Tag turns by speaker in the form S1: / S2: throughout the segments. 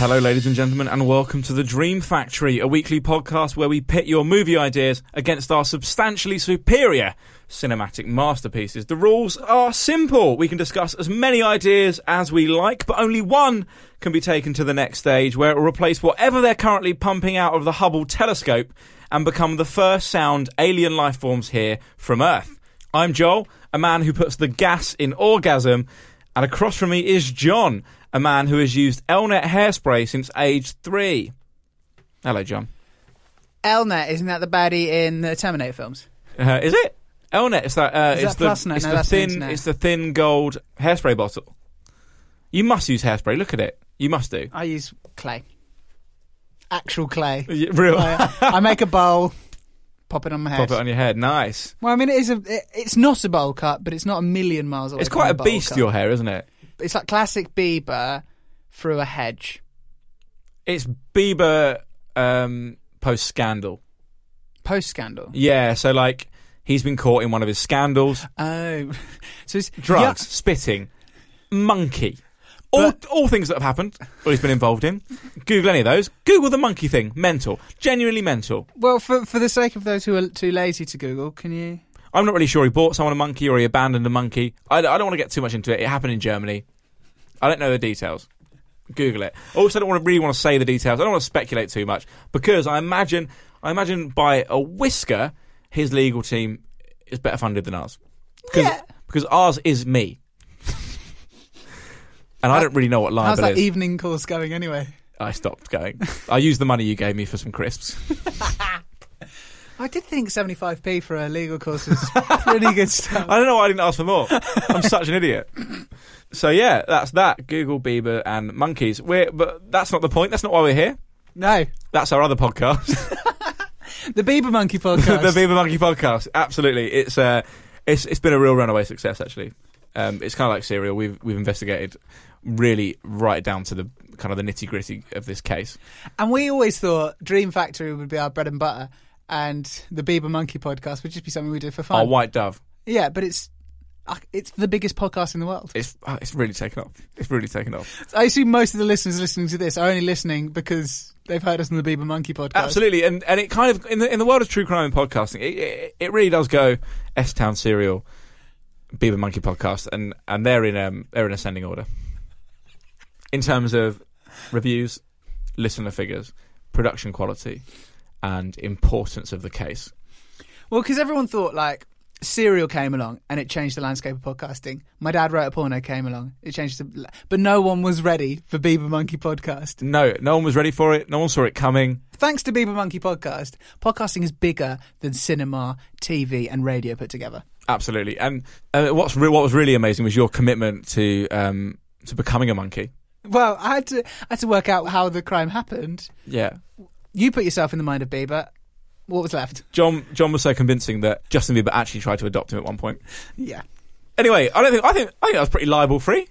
S1: Hello, ladies and gentlemen, and welcome to The Dream Factory, a weekly podcast where we pit your movie ideas against our substantially superior cinematic masterpieces. The rules are simple. We can discuss as many ideas as we like, but only one can be taken to the next stage where it will replace whatever they're currently pumping out of the Hubble telescope and become the first sound alien life forms here from Earth. I'm Joel, a man who puts the gas in orgasm, and across from me is John, a man who has used Elnet hairspray since age three. Hello, John.
S2: Elnet, isn't that the baddie in the Terminator films?
S1: Uh, is it? Elnet, it's that. Uh,
S2: Is
S1: it's
S2: that
S1: the,
S2: Plasnet?
S1: It's
S2: No,
S1: the
S2: that's the
S1: thin.
S2: internet.
S1: it's the thin gold hairspray bottle. You must use hairspray. Look at it. You must do.
S2: I use clay. Actual clay.
S1: Y- Real.
S2: I, I make a bowl, pop it on my head.
S1: Pop it on your head. Nice.
S2: Well, I mean, it is a. It, it's not a bowl cut, but it's not a million miles away.
S1: It's
S2: from
S1: quite a
S2: bowl
S1: beast,
S2: cut.
S1: your hair, isn't it?
S2: It's like classic Bieber through a hedge.
S1: It's Bieber um, post scandal.
S2: Post scandal.
S1: Yeah. So like, he's been caught in one of his scandals:
S2: Oh, so it's
S1: drugs,
S2: Yeah,
S1: spitting, monkey. All,
S2: But-
S1: all things that have happened, or he's been involved in. Google any of those. Google the monkey thing. Mental. Genuinely mental.
S2: well, for for the sake of those who are too lazy to Google, can you?
S1: I'm not really sure he bought someone a monkey or he abandoned a monkey. I, I don't want to get too much into it. It happened in Germany. I don't know the details. Google it. Also, I don't want to really want to say the details. I don't want to speculate too much because I imagine, I imagine by a whisker, his legal team is better funded than ours. Because,
S2: Yeah.
S1: because ours is me. and I don't really know what
S2: How's
S1: libel
S2: that e-
S1: is.
S2: evening course going anyway?
S1: I stopped going. I used the money you gave me for some crisps.
S2: I did think 75p for a legal course is pretty good stuff.
S1: I don't know why I didn't ask for more. I'm such an idiot. So yeah, that's that. Google Bieber and monkeys. We're but that's not the point. That's not why we're here.
S2: No,
S1: That's our other podcast,
S2: the Bieber Monkey
S1: the
S2: podcast.
S1: Bieber Monkey Podcast. Absolutely, it's uh, it's it's been a real runaway success actually. Um, it's kind of like serial. We've we've investigated really right down to the kind of the nitty gritty of this case.
S2: and we always thought Dream Factory would be our bread and butter, and the Bieber Monkey podcast would just be something we did for
S1: Our
S2: fun.
S1: White Dove.
S2: Yeah, but it's uh, it's the biggest podcast in the world.
S1: It's uh, it's really taken off. It's really taken off.
S2: I assume most of the listeners listening to this are only listening because they've heard us on the Bieber Monkey podcast.
S1: Absolutely, and and it kind of in the in the world of true crime and podcasting, it it, it really does go S Town Serial, Beaver Monkey Podcast, and and they're in um they're in ascending order in terms of reviews, listener figures, production quality, and importance of the case.
S2: Well, because everyone thought like Serial came along and it changed the landscape of podcasting. My dad wrote a porno came along, it changed the, but no one was ready for Bieber Monkey podcast.
S1: No, no one was ready for it. No one saw it coming.
S2: Thanks to Bieber Monkey Podcast, podcasting is bigger than cinema, TV, and radio put together.
S1: Absolutely, and uh, what's re- what was really amazing was your commitment to um to becoming a monkey.
S2: Well, I had to I had to work out how the crime happened.
S1: Yeah.
S2: You put yourself in the mind of Bieber. What was left?
S1: John John was so convincing that Justin Bieber actually tried to adopt him at one point.
S2: Yeah.
S1: Anyway, I don't think I think I think that's pretty libel free.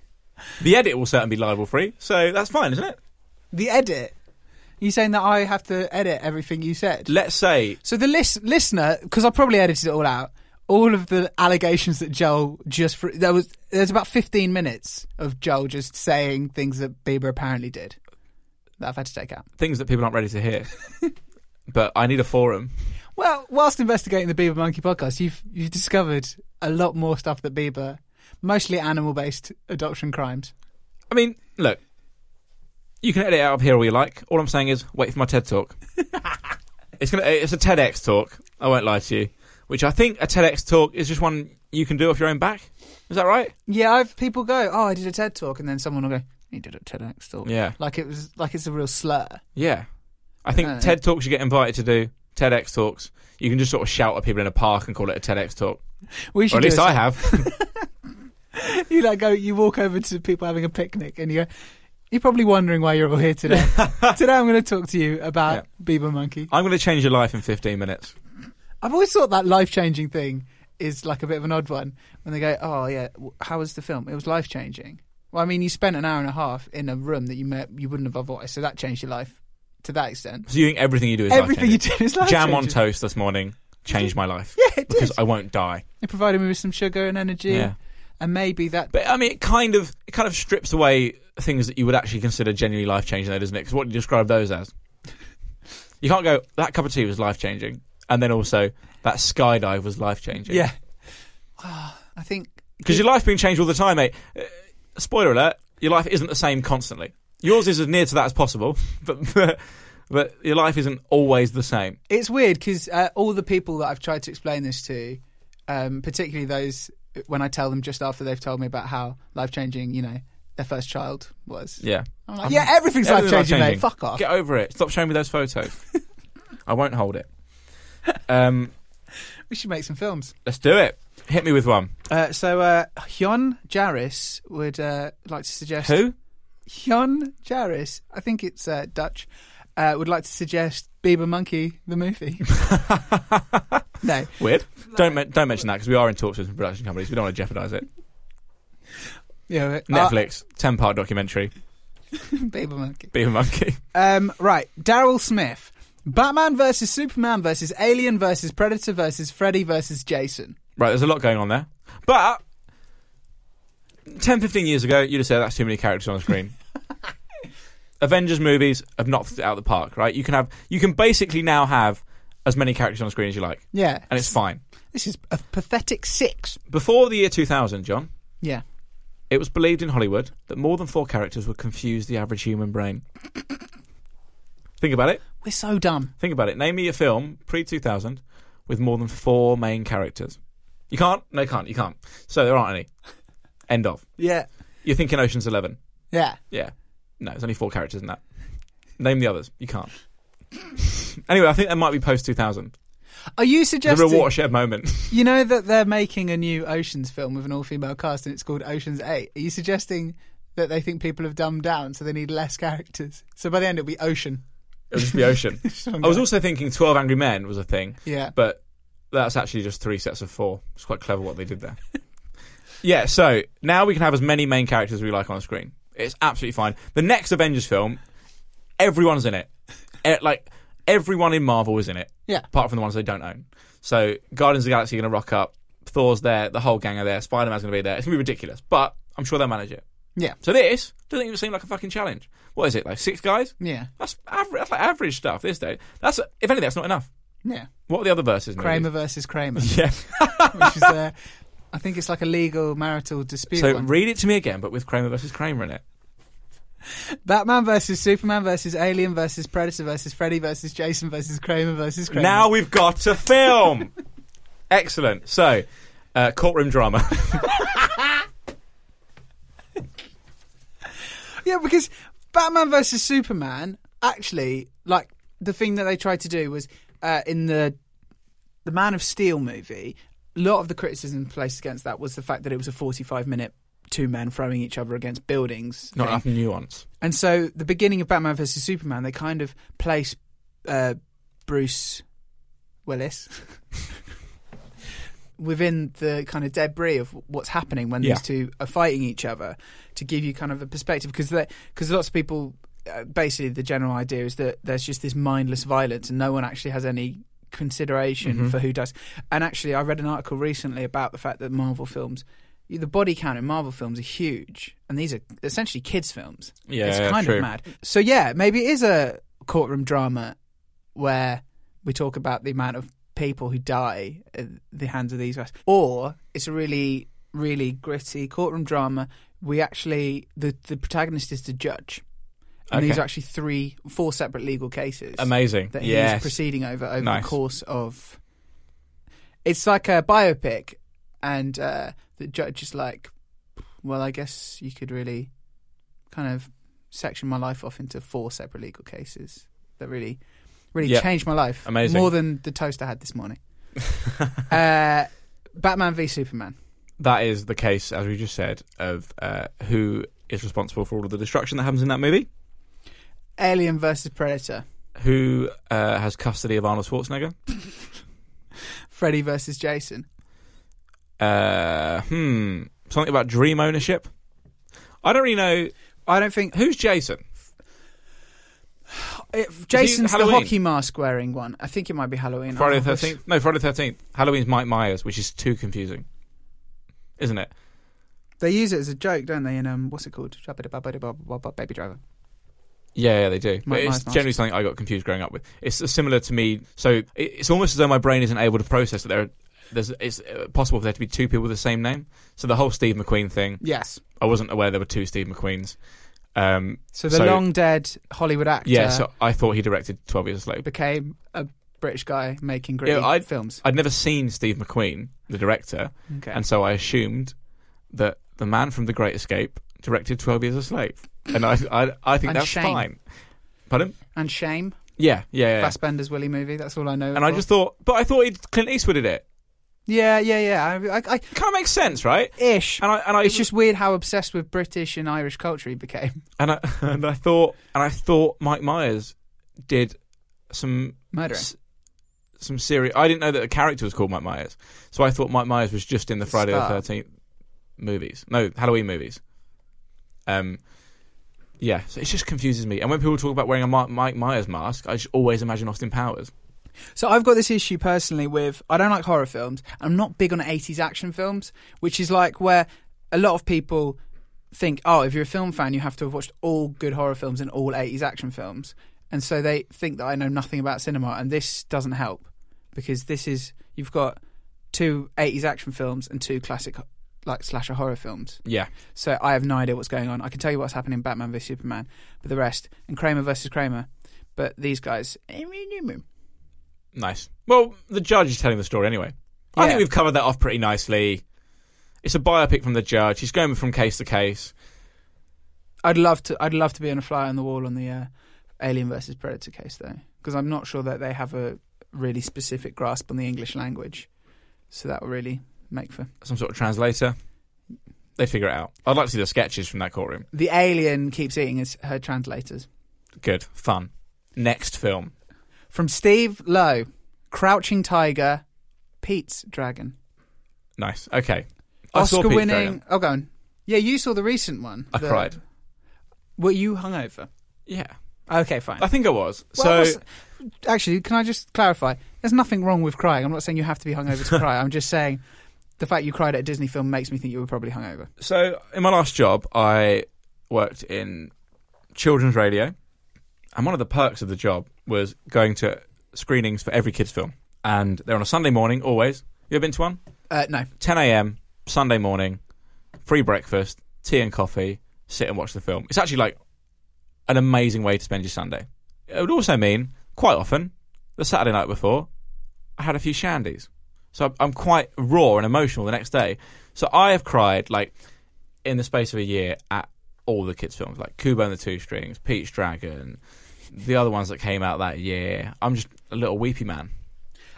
S1: The edit will certainly be libel free, so that's fine, isn't it?
S2: The edit. you saying that I have to edit everything you said?
S1: Let's say
S2: so the list listener, because I probably edited it all out. All of the allegations that Joel just fr- there was there's about 15 minutes of Joel just saying things that Bieber apparently did that I've had to take out.
S1: things that people aren't ready to hear. but I need a forum.
S2: Well, whilst investigating the Bieber Monkey podcast, you've you've discovered a lot more stuff that Bieber, mostly animal-based adoption crimes.
S1: I mean, look, you can edit it out of here all you like. All I'm saying is wait for my TED talk. it's gonna it's a TEDx talk. I won't lie to you. Which I think a TEDx talk is just one you can do off your own back. Is that right?
S2: Yeah, I've people go, "Oh, I did a TED talk," and then someone will go, "He did a TEDx talk."
S1: Yeah.
S2: like it was like it's a real slur.
S1: Yeah. I think
S2: Uh,
S1: TED talks you get invited to do TEDx talks. You can just sort of shout at people in a park and call it a TEDx talk.
S2: We
S1: Or
S2: should
S1: at least
S2: do
S1: I
S2: it.
S1: have.
S2: You like go, you walk over to people having a picnic, and you go, "You're probably wondering why you're all here today." today, I'm going to talk to you about Bieber Monkey.
S1: I'm going to change your life in 15 minutes.
S2: I've always thought that life changing thing is like a bit of an odd one when they go, "Oh yeah, w- how was the film? It was life changing." Well, I mean, you spent an hour and a half in a room that you met, you wouldn't have otherwise, so that changed your life to that extent.
S1: So you think everything you do is
S2: Everything you
S1: life-changing.
S2: did is life
S1: Jam on
S2: changing.
S1: toast this morning changed my life.
S2: Yeah, it did.
S1: Because I won't die.
S2: It provided me with some sugar and energy,
S1: Yeah.
S2: and maybe that.
S1: But I mean, it kind of it kind of strips away things that you would actually consider genuinely life changing, though, doesn't it? Because what do you describe those as? You can't go that cup of tea was life changing, and then also that skydive was life changing.
S2: yeah, I think
S1: because your life being changed all the time, mate. Uh, spoiler alert: your life isn't the same constantly. Yours is as near to that as possible, but but, but your life isn't always the same.
S2: it's weird because uh, all the people that I've tried to explain this to, um, particularly those uh, when I tell them just after they've told me about how life changing, you know, their first child was.
S1: Yeah,
S2: I'm like, yeah, everything's life changing,
S1: life-changing.
S2: mate. Fuck off.
S1: Get over it. Stop showing me those photos. I won't hold it. Um,
S2: We should make some films.
S1: let's do it. Hit me with one.
S2: Uh, so uh, Hyun Jarris would uh, like to suggest
S1: Who?
S2: Hyun Jarris. I think it's uh, Dutch. Uh, would like to suggest Bieber Monkey the movie. no,
S1: Weird. Don't men- don't mention that because we are in talks with some production companies. We don't want to jeopardise it.
S2: yeah, uh,
S1: Netflix, ten part documentary,
S2: Bieber Monkey.
S1: Beaver Monkey.
S2: Um, right, Daryl Smith. Batman versus Superman versus Alien versus Predator versus Freddy versus Jason.
S1: Right, there's a lot going on there, but 10, 15 years ago, you'd have said that's too many characters on the screen. Avengers movies have knocked it out of the park, right? You can have you can basically now have as many characters on the screen as you like,
S2: Yeah.
S1: and it's fine.
S2: This is a pathetic six.
S1: Before the year 2000, John,
S2: Yeah.
S1: it was believed in Hollywood that more than four characters would confuse the average human brain. Think about it.
S2: We're so dumb.
S1: Think about it. Name me a film pre two thousand with more than four main characters. You can't. No, you can't. You can't. So there aren't any. End of.
S2: Yeah.
S1: You're thinking Ocean's Eleven.
S2: Yeah.
S1: Yeah. No, there's only four characters in that. Name the others. You can't. anyway, I think that might be post two thousand.
S2: Are
S1: The
S2: you
S1: real
S2: suggesting
S1: watershed moment.
S2: you know that they're making a new Oceans film with an all-female cast and it's called Oceans 8? Are you suggesting that they think people have dumbed down so they need less characters? So by the end it'll be Ocean.
S1: It'll just be Ocean. I was also thinking Twelve Angry Men was a thing.
S2: Yeah.
S1: But that's actually just three sets of four. It's quite clever what they did there. yeah, so now we can have as many main characters as we like on the screen. It's absolutely fine. The next Avengers film, everyone's in it. Eh, Like, everyone in Marvel is in it.
S2: Yeah.
S1: Apart from the ones they don't own. So, Guardians of the Galaxy are going to rock up. Thor's there. The whole gang are there. Spider Man's going to be there. It's going to be ridiculous. But I'm sure they'll manage it.
S2: Yeah.
S1: So, this doesn't even seem like a fucking challenge. What is it? Like, six guys?
S2: Yeah.
S1: That's, aver- that's like average stuff this day. That's If anything, that's not enough.
S2: Yeah.
S1: What are the other verses? movies?
S2: Kramer versus Kramer,
S1: Yeah.
S2: which is uh, I think it's like a legal marital dispute.
S1: So
S2: one.
S1: read it to me again, but with Kramer versus Kramer in it.
S2: Batman versus Superman versus Alien versus Predator versus Freddy versus Jason versus Kramer versus Kramer.
S1: Now we've got a film. Excellent. So, uh, courtroom drama.
S2: yeah, because Batman versus Superman actually, like the thing that they tried to do was uh, in the the Man of Steel movie. A lot of the criticism placed against that was the fact that it was a forty-five minute two men throwing each other against buildings.
S1: Not
S2: thing.
S1: enough nuance.
S2: And so the beginning of Batman versus Superman, they kind of place uh, Bruce Willis within the kind of debris of what's happening when
S1: Yeah.
S2: these two are fighting each other to give you kind of a perspective because because lots of people uh, basically the general idea is that there's just this mindless violence and no one actually has any consideration for who does. And actually, I read an article recently about the fact that Marvel films, the body count in Marvel films are huge, and these are essentially kids' films.
S1: Yeah,
S2: it's
S1: yeah,
S2: kind
S1: true.
S2: of mad. So yeah, maybe it is a courtroom drama where we talk about the amount of people who die at the hands of these guys, or it's a really, really gritty courtroom drama. We actually the the protagonist is the judge, and these
S1: Okay.
S2: are actually three, four separate legal cases
S1: Amazing.
S2: that
S1: Yes.
S2: he's proceeding over over
S1: Nice.
S2: the course of. It's like a biopic, and uh, the judge is like, "Well, I guess you could really kind of section my life off into four separate legal cases that really, really
S1: Yeah.
S2: changed my life.
S1: Amazing.
S2: more than the toast I had this morning." uh, Batman v Superman.
S1: that is the case, as we just said, of uh, who is responsible for all of the destruction that happens in that movie,
S2: Alien versus Predator,
S1: who uh, has custody of Arnold Schwarzenegger.
S2: Freddy versus Jason,
S1: Uh, hmm, something about dream ownership. I don't really know
S2: I don't think
S1: who's Jason.
S2: if Jason's the
S1: Halloween?
S2: hockey mask wearing one. I think it might be Halloween.
S1: Friday
S2: I'll-
S1: the 13th? No, Friday the 13th. Halloween's Mike Myers, which is too confusing. Isn't it?
S2: They use it as a joke, don't they? In um, what's it called? Baby Driver.
S1: Yeah, yeah, they do. But
S2: Mike
S1: it's
S2: Myers mask.
S1: generally something I got confused growing up with. It's similar to me. So it- it's almost as though my brain isn't able to process that there are, there's, it's uh, possible for there to be two people with the same name. So the whole Steve McQueen thing,
S2: Yes.
S1: I wasn't aware there were two Steve McQueens. Um,
S2: So the long dead Hollywood actor
S1: Yeah, so I thought he directed 12 Years a Slave.
S2: became a British guy making gritty
S1: Yeah, I'd-
S2: films.
S1: I'd never seen Steve McQueen, the director,
S2: Okay.
S1: and so I assumed that the man from The Great Escape directed Twelve Years a Slave, and I I, I think
S2: And
S1: that's
S2: Shame.
S1: fine. Pardon?
S2: and Shame,
S1: Yeah, yeah, yeah.
S2: Fassbender's Willy movie. That's all I know.
S1: And I
S2: for.
S1: just thought, but I thought it, Clint Eastwood did it.
S2: yeah, yeah, yeah. I, I, I
S1: Kind of makes sense, right?
S2: ish.
S1: And I and I
S2: it's just weird how obsessed with British and Irish culture he became.
S1: and I and I thought and I thought Mike Myers did some
S2: Murdering.
S1: s- some serious. I didn't know that the character was called Mike Myers, so I thought Mike Myers was just in the Friday the
S2: Star.
S1: Thirteenth movies, no Halloween movies. Um, yeah, so it just confuses me. And when people talk about wearing a Mi- Mike Myers mask, I just always imagine Austin Powers.
S2: So I've got this issue personally with I don't like horror films. I'm not big on 80s action films, which is like where a lot of people think, oh, if you're a film fan, you have to have watched all good horror films and all 80s action films. And so they think that I know nothing about cinema, and this doesn't help because this is you've got two 80s action films and two classic like slasher horror films.
S1: Yeah,
S2: So I have no idea what's going on. I can tell you what's happening in Batman vs Superman, but the rest and Kramer versus Kramer. But these guys,
S1: nice. Well, the judge is telling the story anyway. I think
S2: Yeah.
S1: we've covered that off pretty nicely. It's a biopic from the judge. He's going from case to case.
S2: I'd love to. I'd love to be on a fly on the wall on the uh, Alien versus Predator case, though, because I'm not sure that they have a really specific grasp on the English language. So that will really make for
S1: Some sort of translator. They figure it out. I'd like to see the sketches from that courtroom.
S2: the alien keeps eating his her translators
S1: Good, fun. Next film.
S2: from Steve Lowe, Crouching Tiger, Pete's Dragon,
S1: Nice. Okay. I saw Pete's
S2: Oscar winning.
S1: Dragon.
S2: Oh, go on. Yeah, you saw the recent one.
S1: I
S2: the-
S1: cried.
S2: Were you hungover?
S1: Yeah.
S2: Okay, fine.
S1: I think I was.
S2: Well,
S1: so
S2: that's- actually, can I just clarify? There's nothing wrong with crying. I'm not saying you have to be hungover to cry. I'm just saying the fact you cried at a Disney film makes me think you were probably hungover.
S1: so in my last job I worked in children's radio. And one of the perks of the job was going to screenings for every kids film. And they're on a Sunday morning always. You ever been to one?
S2: Uh, no,
S1: 10 a.m. Sunday morning, free breakfast, tea and coffee, sit and watch the film. It's actually like an amazing way to spend your Sunday. It would also mean quite often the Saturday night before, I had a few shandies, so I'm- I'm quite raw and emotional the next day. So I have cried like in the space of a year at all the kids' films, like Kubo and the Two Strings, Peach Dragon, the other ones that came out that year. I'm just a little weepy man.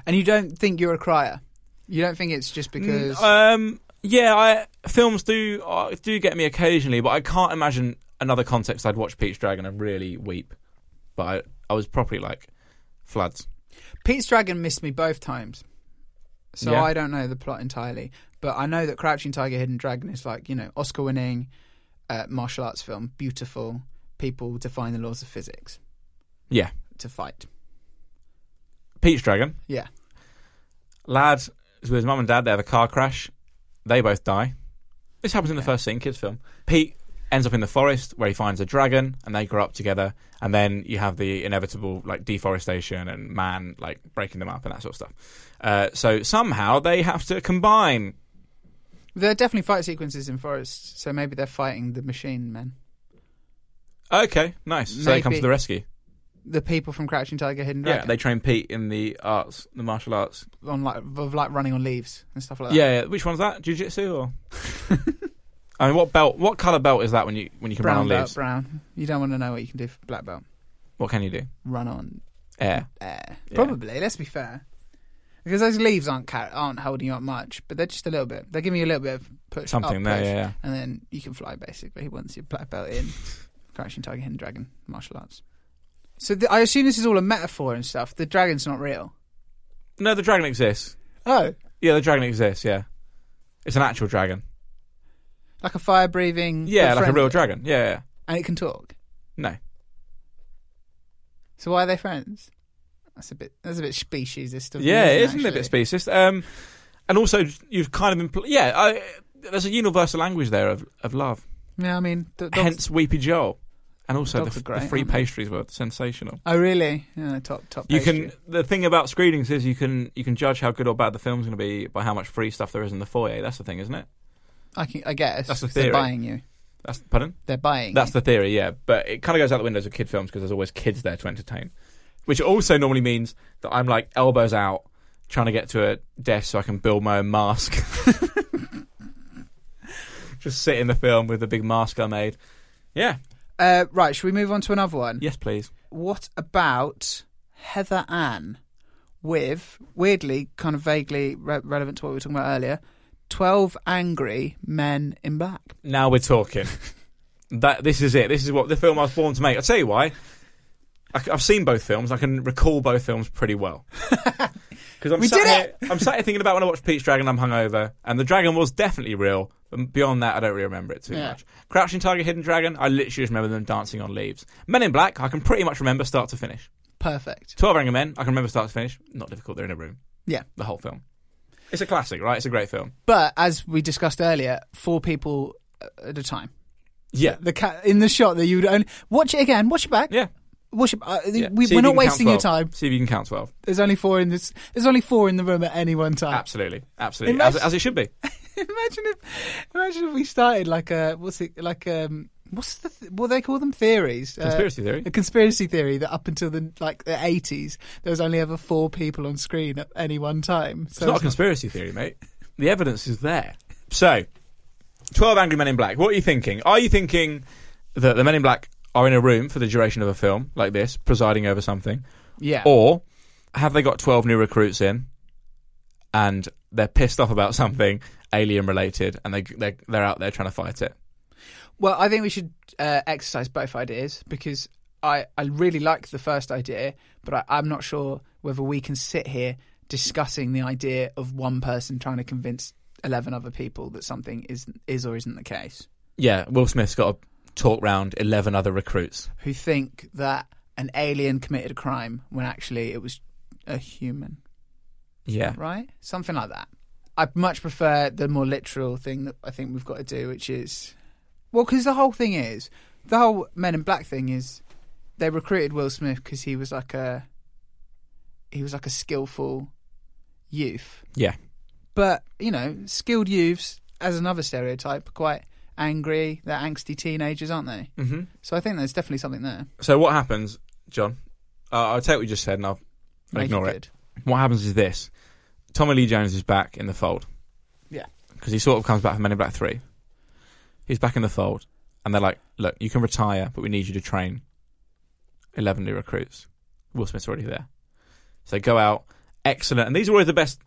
S2: and you don't think you're a crier. You don't think it's just because.
S1: Um, yeah, I, films do uh, do get me occasionally, but I can't imagine another context I'd watch Peach Dragon and really weep. But I, I was properly like floods.
S2: Pete's Dragon missed me both times, so
S1: Yeah.
S2: I don't know the plot entirely. But I know that Crouching Tiger, Hidden Dragon is like you know Oscar-winning uh, martial arts film, beautiful. people define the laws of physics
S1: Yeah.
S2: to fight.
S1: Peach Dragon.
S2: Yeah.
S1: Lad is with his mum and dad. They have a car crash. They both die. This happens in the first scene, kids' film. Pete ends up in the forest where he finds a dragon, and they grow up together. And then you have the inevitable like deforestation and man like breaking them up and that sort of stuff. Uh, so somehow they have to combine.
S2: There are definitely fight sequences in forests, so maybe they're fighting the machine men.
S1: Okay, nice. So they come to
S2: Maybe.
S1: the rescue.
S2: The people from Crouching Tiger, Hidden
S1: Yeah,
S2: Dragon.
S1: they train Pete in the arts, the martial arts.
S2: on like of like running on leaves and stuff like that.
S1: Yeah, yeah. which one's that? Jiu-jitsu or? I mean, what belt? What color belt is that when you when you can
S2: brown
S1: run on
S2: belt,
S1: leaves?
S2: brown. You don't want to know what you can do for black belt.
S1: What can you do?
S2: Run on
S1: Air.
S2: air,
S1: Yeah.
S2: probably. Let's be fair, because those leaves aren't car- aren't holding you up much, but they're just a little bit. They're giving you a little bit of push,
S1: Something
S2: up
S1: there,
S2: push,
S1: yeah, yeah.
S2: and then you can fly basically once you're black belt in. Crouching Tiger, Hidden Dragon, martial arts. So the, I assume this is all a metaphor and stuff. The dragon's not real.
S1: No, the dragon exists.
S2: Oh,
S1: Yeah, the dragon exists. Yeah, it's an actual dragon.
S2: like a fire breathing.
S1: Yeah, like a real dragon. Yeah, yeah.
S2: and it can talk.
S1: No,
S2: So why are they friends? That's a bit. That's a bit speciesist. Of
S1: yeah,
S2: me,
S1: it isn't it a bit
S2: actually?
S1: speciesist? Um, and also you've kind of impl- yeah. I, there's a universal language there of of love.
S2: Yeah, I mean, d- dogs-
S1: Hence Weepy Joel, and also the,
S2: Dogs
S1: f-
S2: are great,
S1: the free
S2: aren't they?
S1: pastries were sensational.
S2: Oh, really? Yeah, top top.
S1: You
S2: pastry.
S1: can the thing about screenings is you can you can judge how good or bad the film's going to be by how much free stuff there is in the foyer. That's the thing, isn't it?
S2: I can. I guess.
S1: That's the
S2: 'cause They're
S1: theory.
S2: buying you.
S1: That's pardon.
S2: They're buying.
S1: That's
S2: you.
S1: the theory, yeah. But it kind of goes out the windows of kid films because there's always kids there to entertain, which also normally means that I'm like elbows out trying to get to a desk so I can build my own mask. Just sit in the film with the big mask I made. Yeah.
S2: Uh, right. Should we move on to another one?
S1: Yes, please.
S2: What about Heather Ann? With weirdly, kind of vaguely re- relevant to what we were talking about earlier, twelve angry men in black.
S1: Now we're talking. that this is it. This is what the film I was born to make. I'll tell you why. I, have seen both films. I can recall both films pretty well. Because I'm
S2: We
S1: sat
S2: did
S1: here, I'm sat here thinking about when I watched Peach Dragon. I'm hungover, and the dragon was definitely real. But beyond that, I don't really remember it too
S2: Yeah.
S1: much. Crouching Tiger, Hidden Dragon. I literally just remember them dancing on leaves. Men in Black. I can pretty much remember start to finish.
S2: Perfect.
S1: Twelve Angry Men. I can remember start to finish. Not difficult. They're in a room.
S2: Yeah.
S1: The whole film. It's a classic, right? It's a great film.
S2: But as we discussed earlier, four people uh, at a time.
S1: Yeah.
S2: The cat in the shot that you would only watch it again. Watch it back.
S1: Yeah.
S2: Watch it. Uh,
S1: yeah.
S2: We,
S1: See if
S2: we're
S1: you
S2: not
S1: can count
S2: wasting your
S1: 12.
S2: time.
S1: See if you can count twelve.
S2: There's only four in this. There's only four in the room at any one time.
S1: Absolutely, absolutely,
S2: Imagine-
S1: as, as it should be.
S2: imagine if, imagine if we started like a what's it like um what's the th- what do they call them theories Uh,
S1: Conspiracy theory.
S2: a conspiracy theory that up until the like the eighties there was only ever four people on screen at any one time. So
S1: It's not a conspiracy theory, mate. The evidence is there. So, Twelve Angry Men in Black. What are you thinking? Are you thinking that the Men in Black are in a room for the duration of a film like this, presiding over something,
S2: yeah.
S1: or have they got twelve new recruits in and they're pissed off about something alien related and they they're, they're out there trying to fight it?
S2: Well, I think we should uh, exercise both ideas because I, I really like the first idea, but I, I'm not sure whether we can sit here discussing the idea of one person trying to convince eleven other people that something is is or isn't the case,
S1: Yeah, Will Smith's got to talk round eleven other recruits.
S2: who think that an alien committed a crime when actually it was a human,
S1: Yeah,
S2: right? Something like that. I much prefer the more literal thing that I think we've got to do, which is well, because the whole thing is the whole Men in Black thing is they recruited Will Smith because he was like a he was like a skillful youth,
S1: yeah.
S2: but you know, skilled youths as another stereotype, are quite angry. They're angsty teenagers, aren't they?
S1: Mm-hmm.
S2: So I think there's definitely something there.
S1: So what happens, John? Uh, I'll take what you just said and I'll, I'll
S2: Make
S1: ignore it.
S2: good.
S1: What happens is this: Tommy Lee Jones is back in the fold
S2: Yeah.
S1: because he sort of comes back from Men in Black Three. He's back in the fold, and they're like, "Look, you can retire, but we need you to train eleven new recruits." Will Smith's already there, so they go out. Excellent, and these are always the best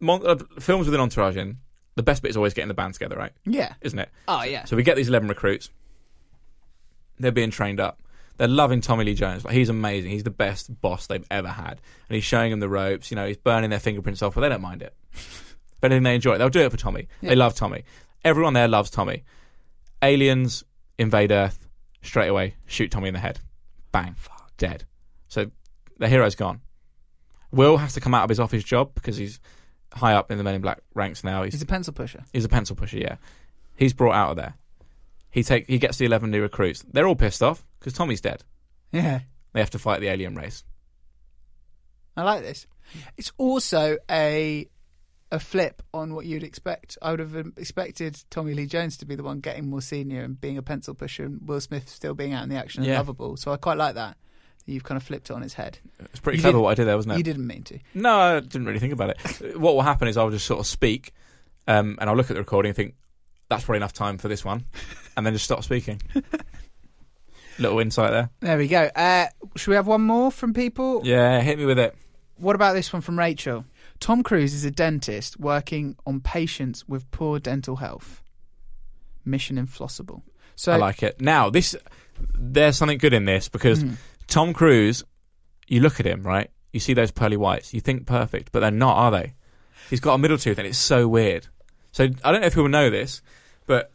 S1: mon- uh, films with an entourage. In the best bit is always getting the band together, right?
S2: Yeah.
S1: Isn't it?
S2: Oh yeah.
S1: So we get these 11 recruits. They're being trained up. They're loving Tommy Lee Jones. Like, he's amazing. He's the best boss they've ever had. And he's showing them the ropes. You know, he's burning their fingerprints off, but they don't mind it. But then they enjoy it. They'll do it for Tommy. They
S2: Yeah.
S1: love Tommy. Everyone there loves Tommy. Aliens invade Earth. straight away, shoot Tommy in the head. Bang. Dead. So the hero's gone. Will has to come out of his office job because he's high up in the Men in Black ranks now. He's,
S2: He's a pencil pusher.
S1: he's a pencil pusher, yeah. He's brought out of there. He take he gets the 11 new recruits. They're all pissed off because Tommy's dead.
S2: Yeah.
S1: They have to fight the alien race.
S2: I like this. It's also a a flip on what you'd expect. I would have um, expected Tommy Lee Jones to be the one getting more senior and being a pencil pusher, and Will Smith still being out in the action and
S1: Yeah.
S2: lovable. So I quite like that. You've kind of flipped it on its head.
S1: It's pretty
S2: You
S1: clever
S2: didn't-
S1: what I did there, wasn't it?
S2: You didn't mean to.
S1: No, I didn't really think about it. what will happen is I'll just sort of speak, um, and I'll look at the recording and think that's probably enough time for this one, and then just stop speaking. Little insight there.
S2: There we go. Uh, should we have one more from people?
S1: Yeah, hit me with it.
S2: What about this one from Rachel? Tom Cruise is a dentist working on patients with poor dental health. Mission impossible. So
S1: I like it. Now this, there's something good in this because
S2: Hmm.
S1: Tom Cruise, you look at him right, you see those pearly whites, you think perfect, but they're not, are they? He's got a middle tooth, and it's so weird. So I don't know if people know this, but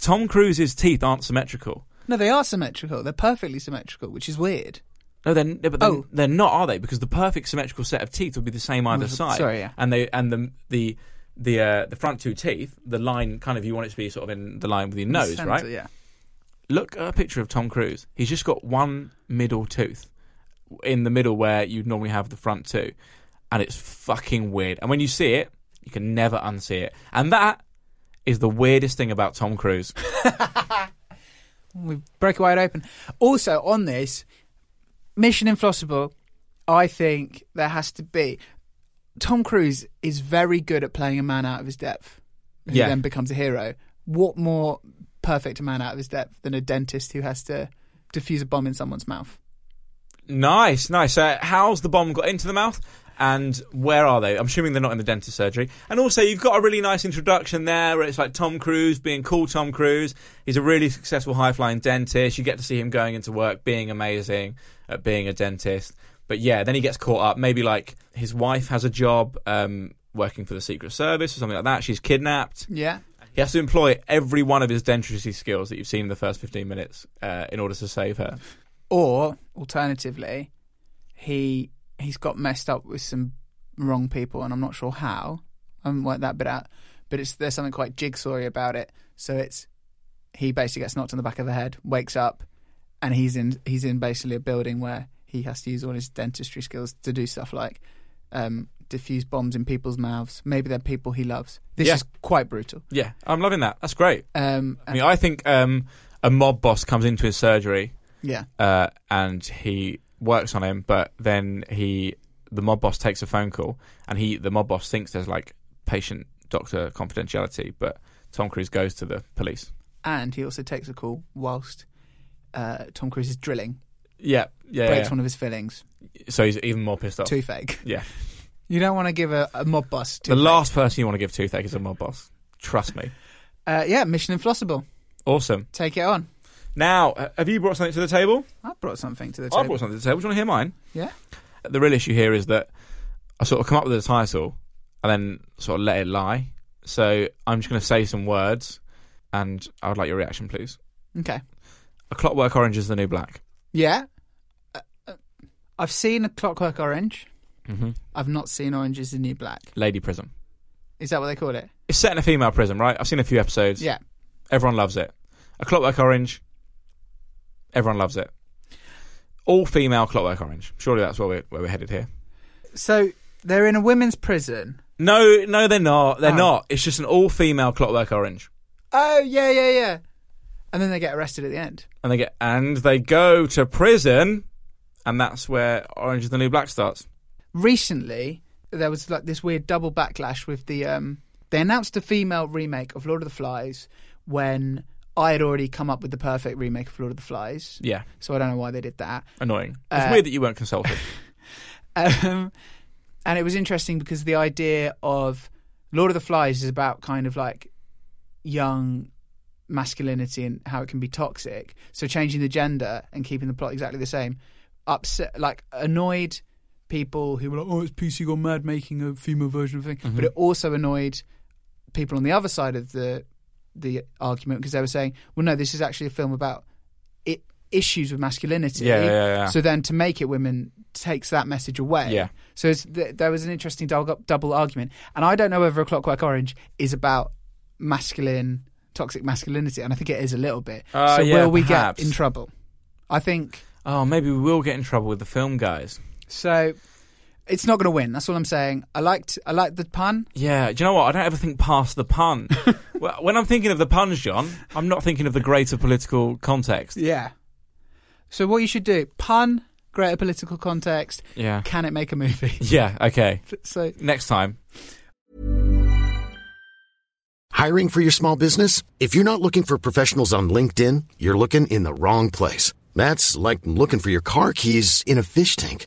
S1: Tom Cruise's teeth aren't symmetrical.
S2: no, they are symmetrical. They're perfectly symmetrical, which is weird.
S1: No, they're, no, but they're,
S2: Oh.
S1: they're not, are they? Because the perfect symmetrical set of teeth would be the same either
S2: With-
S1: side.
S2: sorry, yeah.
S1: And they and the the the uh, the front two teeth, the line kind of you want it to be sort of in the line with your nose,
S2: Centre,
S1: right?
S2: Yeah.
S1: Look at a picture of Tom Cruise. He's just got one middle tooth in the middle where you'd normally have the front two, and it's fucking weird. And when you see it, you can never unsee it. And that is the weirdest thing about Tom Cruise.
S2: We break it wide open. Also on this, Mission Impossible, I think there has to be. Tom Cruise is very good at playing a man out of his depth, who
S1: Yeah.
S2: then becomes a hero. What more perfect a man out of his depth than a dentist who has to defuse a bomb in someone's mouth?
S1: Nice, nice. Uh, how's the bomb got into the mouth? And where are they? I'm assuming they're not in the dentist surgery. And also, you've got a really nice introduction there where it's like Tom Cruise being cool Tom Cruise. He's a really successful, high flying dentist. You get to see him going into work, being amazing at being a dentist. But yeah, then he gets caught up. Maybe like his wife has a job um, working for the Secret Service or something like that. She's kidnapped.
S2: Yeah.
S1: He has to employ every one of his dentistry skills that you've seen in the first 15 minutes uh, in order to save her.
S2: Or alternatively, he he's got messed up with some wrong people, and I'm not sure how. I haven't worked that bit out, but it's there's something quite jigsawy about it. So it's he basically gets knocked on the back of the head, wakes up, and he's in he's in basically a building where he has to use all his dentistry skills to do stuff like um, diffuse bombs in people's mouths. Maybe they're people he loves. This
S1: Yeah.
S2: is quite brutal.
S1: Yeah, I'm loving that. That's great.
S2: Um,
S1: I mean, I think um, a mob boss comes into his surgery
S2: yeah,
S1: uh, and he works on him, but then he, the mob boss takes a phone call, and he, the mob boss thinks there's like patient doctor confidentiality, but Tom Cruise goes to the police.
S2: and he also takes a call whilst uh, Tom Cruise is drilling,
S1: Yeah, yeah.
S2: breaks
S1: yeah.
S2: one of his fillings.
S1: So he's even more pissed off.
S2: Too fake.
S1: Yeah,
S2: You don't want to give a, a mob bus to
S1: the last person you want to give toothache is a mob boss. Trust me.
S2: Uh, yeah, Mission Impossible.
S1: Awesome.
S2: Take it on.
S1: Now, uh, have you brought something to the table?
S2: I brought something to the
S1: I
S2: table.
S1: brought something to the table. Do you want to hear mine?
S2: Yeah.
S1: The real issue here is that I sort of come up with a title and then sort of let it lie. So I'm just going to say some words, and I would like your reaction, please.
S2: Okay.
S1: A Clockwork Orange is the new black.
S2: Yeah. Uh, uh, I've seen a Clockwork Orange.
S1: Mm-hmm.
S2: I've not seen Orange is the New Black.
S1: Lady prison.
S2: Is that what they call it?
S1: It's set in a female prison, right? I've seen a few episodes.
S2: Yeah.
S1: Everyone loves it. A Clockwork Orange. Everyone loves it. All female Clockwork Orange. Surely that's where we're, where we're headed here.
S2: So they're in a women's prison.
S1: No, no, they're not. They're
S2: Oh.
S1: not. It's just an all female Clockwork Orange.
S2: Oh, yeah, yeah, yeah. And then they get arrested at the end.
S1: and they get and they go to prison, and that's where Orange is the New Black starts.
S2: Recently, there was like this weird double backlash with the. Um, they announced a female remake of Lord of the Flies when I had already come up with the perfect remake of Lord of the Flies.
S1: Yeah,
S2: So I don't know why they did that.
S1: annoying. It's
S2: Uh,
S1: weird that you weren't consulted.
S2: Um, and it was interesting because the idea of Lord of the Flies is about kind of like young masculinity and how it can be toxic. So changing the gender and keeping the plot exactly the same upset, like annoyed people who were like, "Oh, it's PC gone mad making a female version of the
S1: Mm-hmm.
S2: thing," but it also annoyed people on the other side of the the argument because they were saying, "Well, no, this is actually a film about it issues with masculinity.
S1: Yeah, yeah, yeah.
S2: So then to make it women takes that message away.
S1: Yeah.
S2: So it's, th- there was an interesting dou- double argument, and I don't know whether a Clockwork Orange is about masculine toxic masculinity, and I think it is a little bit.
S1: Uh,
S2: so
S1: yeah,
S2: will we
S1: perhaps.
S2: get in trouble? I think
S1: Oh, maybe we will get in trouble with the film guys.
S2: so. It's not going to win. That's all I'm saying. I liked I liked the pun.
S1: Yeah, do you know what? I don't ever think past the pun. Well, when I'm thinking of the puns, John, I'm not thinking of the greater political context.
S2: Yeah. So what you should do? Pun. Greater political context.
S1: Yeah.
S2: Can it make a movie?
S1: Yeah, okay.
S2: so
S1: Next time.
S3: Hiring for your small business? If you're not looking for professionals on LinkedIn, you're looking in the wrong place. That's like looking for your car keys in a fish tank.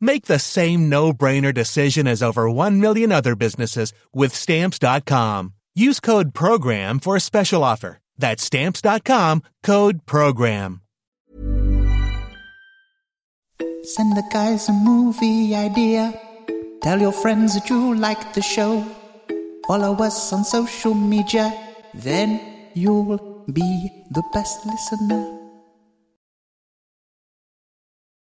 S4: Make the same no-brainer decision as over 1 million other businesses with stamps.com. Use code program for a special offer. That's stamps.com code program.
S5: Send the guys a movie idea. Tell your friends that you like the show. Follow us on social media. Then you'll be the best listener.